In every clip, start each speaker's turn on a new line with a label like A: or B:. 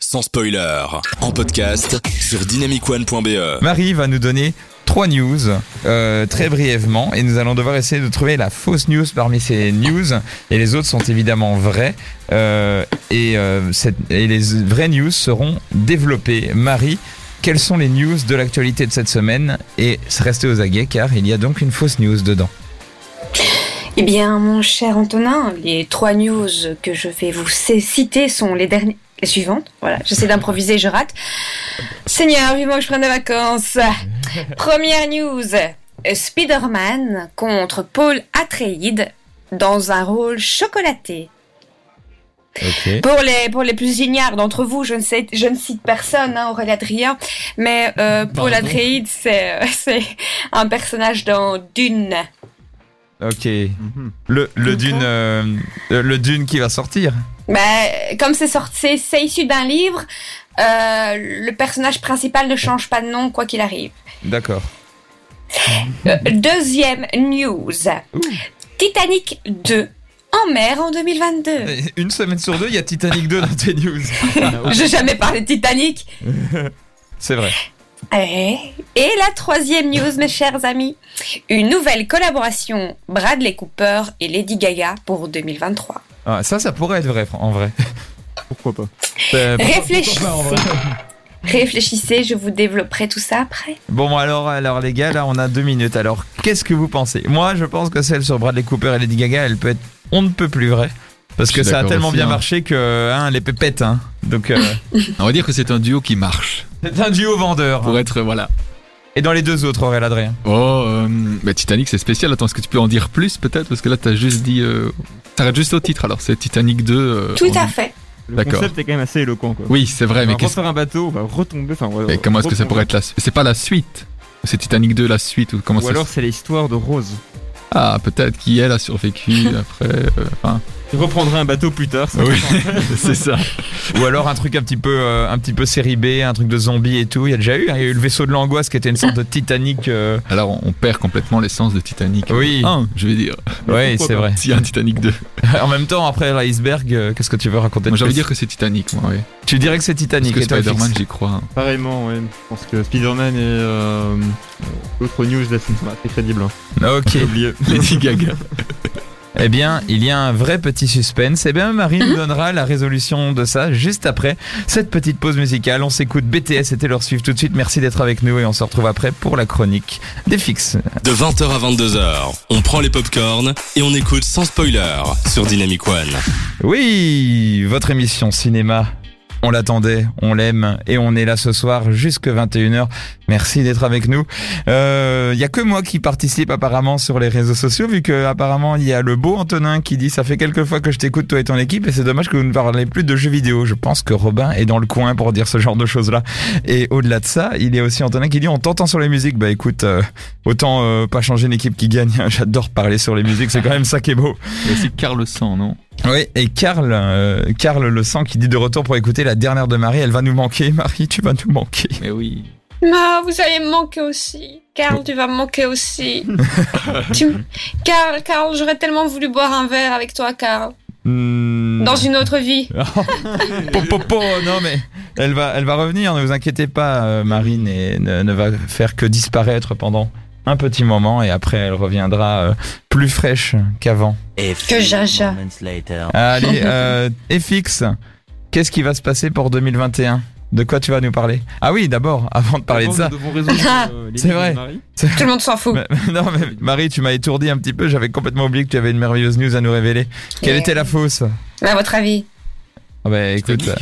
A: sans spoiler, en podcast sur dynamicone.be.
B: Marie va nous donner trois news euh, très brièvement et nous allons devoir essayer de trouver la fausse news parmi ces news et les autres sont évidemment vraies euh, et, euh, cette- et les vraies news seront développées. Marie, quelles sont les news de l'actualité de cette semaine et restez aux aguets car il y a donc une fausse news dedans.
C: Eh bien, mon cher Antonin, les trois news que je vais vous c- citer sont les dernières. Les suivantes, voilà, j'essaie d'improviser, je rate. Seigneur, vivement que je prenne des vacances. Première news Spider-Man contre Paul Atreides dans un rôle chocolaté.
B: Ok.
C: Pour les, pour les plus ignares d'entre vous, je ne, sais, je ne cite personne, hein, Aurélien Adrien, mais euh, Paul
D: Pardon.
C: Atreides, c'est euh, c'est un personnage dans Dune.
B: Ok. Le, le dune, euh, euh, le dune qui va sortir.
C: Bah, comme c'est sorti, c'est issu d'un livre, euh, le personnage principal ne change pas de nom quoi qu'il arrive.
B: D'accord.
C: Euh, Deuxième news. Titanic 2 en mer en 2022.
B: Une semaine sur deux, il y a Titanic 2 dans tes news.
C: J'ai jamais parlé de Titanic.
B: C'est vrai.
C: Eh, Et la troisième news, mes chers amis. Une nouvelle collaboration Bradley Cooper et Lady Gaga pour 2023.
B: Ah, ça, ça pourrait être vrai, fran- en vrai.
D: Pourquoi pas
B: Euh,
C: Réfléchissez.
D: pas, en vrai.
C: Réfléchissez, je vous développerai tout ça après.
B: Bon bon, alors alors les gars là on a deux minutes alors qu'est-ce que vous pensez Moi je pense que celle sur Bradley Cooper et Lady Gaga elle peut être on ne peut plus vraie parce
D: Je
B: que
D: suis
B: ça a
D: d'accord
B: tellement
D: aussi,
B: bien
D: hein.
B: marché que hein, les pépettes hein. donc euh,
D: On va dire que c'est un duo qui marche.
B: c'est un duo vendeur hein.
D: Pour être, voilà.
B: et dans les deux autres Aurélien Adrien
D: Oh, euh, bah, Titanic, c'est spécial. Attends, est-ce que tu peux en dire plus peut-être Parce que là, t'as juste dit. Euh... T'arrêtes juste au titre alors. C'est Titanic 2. euh,
C: Tout
D: en-
C: à fait.
E: Le
D: D'accord.
E: concept est quand même assez éloquent quoi.
D: Oui, c'est vrai,
E: on va
D: mais, qu'est-ce-
E: refaire un bateau, on va retomber. Enfin, on va
D: mais comment est-ce que ça pourrait
E: retomber.
D: être la suite C'est pas la suite C'est Titanic 2 la suite ou comment
E: Ou
D: ça
E: alors
D: se-
E: c'est l'histoire de Rose.
D: Ah, peut-être qui elle a survécu après. euh, Enfin,
E: Il reprendra un bateau plus tard. ça.
D: Oui. c'est ça.
B: ou alors un truc un petit peu euh, un petit peu série B un truc de zombie et tout il y a déjà eu hein, il y a eu le vaisseau de l'angoisse qui était une sorte de Titanic euh,
D: Alors, on perd complètement l'essence de Titanic.
B: Oui.
D: Ah, je vais dire.
B: ouais
E: pourquoi
B: c'est
E: pas
B: vrai
D: S'il y a un Titanic 2.
B: en même temps après l'iceberg euh, qu'est-ce que tu veux raconter de
D: Moi, j'ai envie de
B: plus
D: dire que c'est Titanic, moi, oui.
B: tu dirais que c'est
D: Parce
B: Titanic
D: que
B: et toi,
D: Spider-Man,
B: Fix
D: j'y crois. hein.
E: Pareillement, ouais. Je pense que Spider-Man et euh, euh, l'autre news là, c'est c'est crédible. hein.
B: ok
E: J'ai oublié.
D: Lady Gaga.
B: Eh bien, il y a un vrai petit suspense. Eh bien, Marie nous donnera la résolution de ça juste après cette petite pause musicale. On s'écoute BTS et Taylor Swift tout de suite. Merci d'être avec nous et on se retrouve après pour la chronique des fixes.
A: De 20h à 22h, on prend les popcorns et on écoute sans spoiler sur Dynamic One.
B: Oui, votre émission cinéma. On l'attendait, on l'aime et on est là ce soir jusque 21h. Merci d'être avec nous. Euh, Il y a que moi qui participe apparemment sur les réseaux sociaux vu que apparemment il y a le beau Antonin qui dit ça fait quelques fois que je t'écoute toi et ton équipe et c'est dommage que vous ne parlez plus de jeux vidéo. Je pense que Robin est dans le coin pour dire ce genre de choses là. Et au-delà de ça, il y a aussi Antonin qui dit on t'entend sur les musiques. Bah écoute, euh, autant euh, pas changer une équipe qui gagne. J'adore parler sur les musiques, c'est quand même ça qui est beau.
D: Il y a aussi Carl Le Sang, non
B: Oui, et Karl, euh, Karl Le Sang qui dit de retour pour écouter la dernière de Marie, elle va nous manquer. Marie, tu vas nous manquer.
D: Mais oui.
C: Non, vous allez me manquer aussi. Carl, tu vas me manquer aussi. tu... m- Carl, Carl, j'aurais tellement voulu boire un verre avec toi, Carl.
B: Hmm.
C: Dans une autre vie.
B: Po, po, po, non mais elle va, elle va revenir, ne vous inquiétez pas, euh, Marie n'est- ne, ne va faire que disparaître pendant un petit moment et après elle reviendra euh, plus fraîche qu'avant.
C: Que jaja.
B: Allez, euh, FX, qu'est-ce qui va se passer pour 2021 De quoi tu vas nous parler Ah oui, d'abord, avant de parler de
E: Avant,
B: ça.
E: nous devons résoudre, euh, les
B: C'est
E: news de
B: vrai.
E: Marie.
C: Tout le monde s'en fout.
B: Mais- non, mais Marie, tu m'as étourdi un petit peu. J'avais complètement oublié que tu avais une merveilleuse news à nous révéler. Quelle
C: Et-
B: était la fausse
C: Mais à votre avis
B: Ah Bah écoute, euh,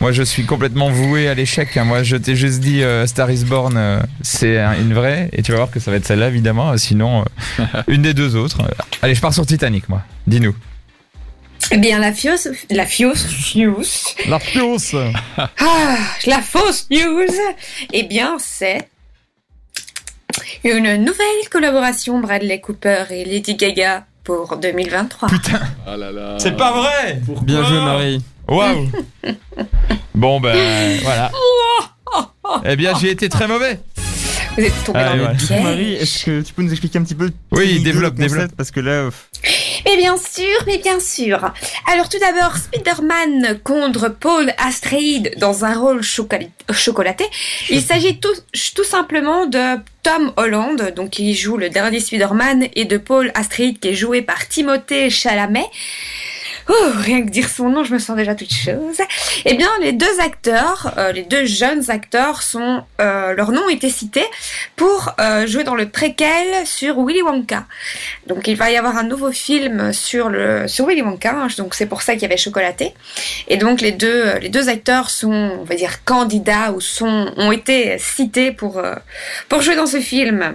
B: moi je suis complètement voué à l'échec. hein. Moi je t'ai juste dit euh, Star is Born, euh, c'est un- une vraie. Et tu vas voir que ça va être celle-là évidemment. euh, Sinon, euh, une des deux autres. Euh, Allez, je pars sur Titanic, moi. Dis-nous.
C: Eh bien, la fios... La fios... Fios
B: La fausse
C: Ah, la fausse news Eh bien, c'est... Une nouvelle collaboration Bradley Cooper et Lady Gaga pour 2023.
D: Ah là là.
B: C'est pas vrai
E: Bien joué, Marie.
B: Waouh Bon ben voilà. eh bien j'ai été très mauvais.
C: Vous êtes tombés
B: Allez,
D: Ah,
B: Ah, ouais.
C: dans le
E: Du coup, Ah, Marie,
C: piège.
E: est-ce que tu peux nous expliquer un petit peu
B: Oui,
E: l'idée,
B: développe,
E: le concept
B: développe.
E: Parce que là, euh,
C: Mais bien sûr, mais bien sûr. Alors tout d'abord, Spider-Man contre Paul Astrid dans un rôle chocali- chocolaté. Il s'agit tout, tout simplement de Tom Holland, donc qui joue le dernier Spider-Man, et de Paul Astrid qui est joué par Timothée Chalamet. Oh, rien que dire son nom, je me sens déjà toute chose. Eh bien, les deux acteurs, euh, les deux jeunes acteurs, sont, euh, leur nom était cité pour euh, jouer dans le préquel sur Willy Wonka. Donc, il va y avoir un nouveau film sur le sur Willy Wonka. hein, donc, c'est pour ça qu'il y avait Chocolaté. Et donc, les deux euh, les deux acteurs sont, on va dire, candidats ou sont ont été cités pour euh, pour jouer dans ce film.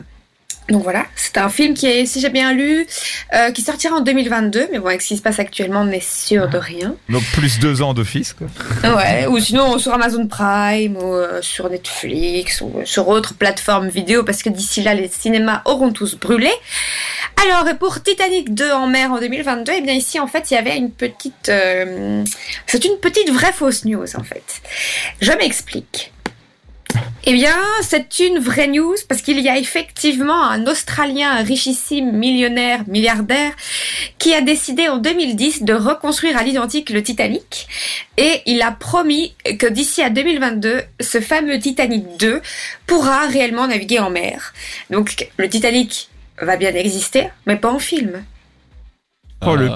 C: Donc voilà, c'est un film qui est, si j'ai bien lu, euh, qui sortira en 2022, mais bon, avec ce qui se passe actuellement, on n'est sûr de rien.
B: Donc plus deux ans d'office, quoi.
C: Ouais, ou sinon sur Amazon Prime, ou euh, sur Netflix, ou euh, sur autre plateforme vidéo, parce que d'ici là, les cinémas auront tous brûlé. Alors, et pour Titanic 2 en mer en 2022, eh bien ici, en fait, il y avait une petite... euh, c'est une petite vraie fausse news, en fait. Je m'explique. Eh bien, c'est une vraie news parce qu'il y a effectivement un Australien richissime, millionnaire, milliardaire, qui a décidé en 2010 de reconstruire à l'identique le Titanic. Et il a promis que d'ici à 2022, ce fameux Titanic 2 pourra réellement naviguer en mer. Donc le Titanic va bien exister, mais pas en film.
E: Oh,
D: Euh,
E: le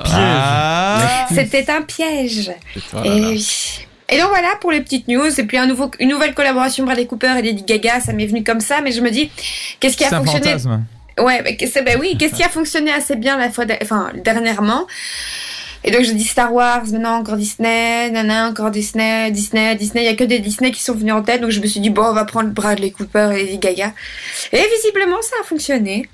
B: Ah.
C: C'était un piège.
D: Oh là
C: Et
D: là.
C: oui. Et donc voilà pour les petites news. Et puis un nouveau, une nouvelle collaboration Bradley Cooper et Lady Gaga, ça m'est venu comme ça, mais je me dis, qu'est-ce qui a
B: C'est un
C: fonctionné
B: fantasme.
C: Ouais, bah, que- c'est- bah oui, qu'est-ce qui a fonctionné assez bien la fois, de- enfin, dernièrement Et donc, j'ai dit Star Wars, maintenant encore Disney, nana, encore Disney, Disney, Disney. Il y a que des Disney qui sont venus en tête, donc je me suis dit, bon, on va prendre Bradley Cooper et Lady Gaga. Et visiblement, ça a fonctionné.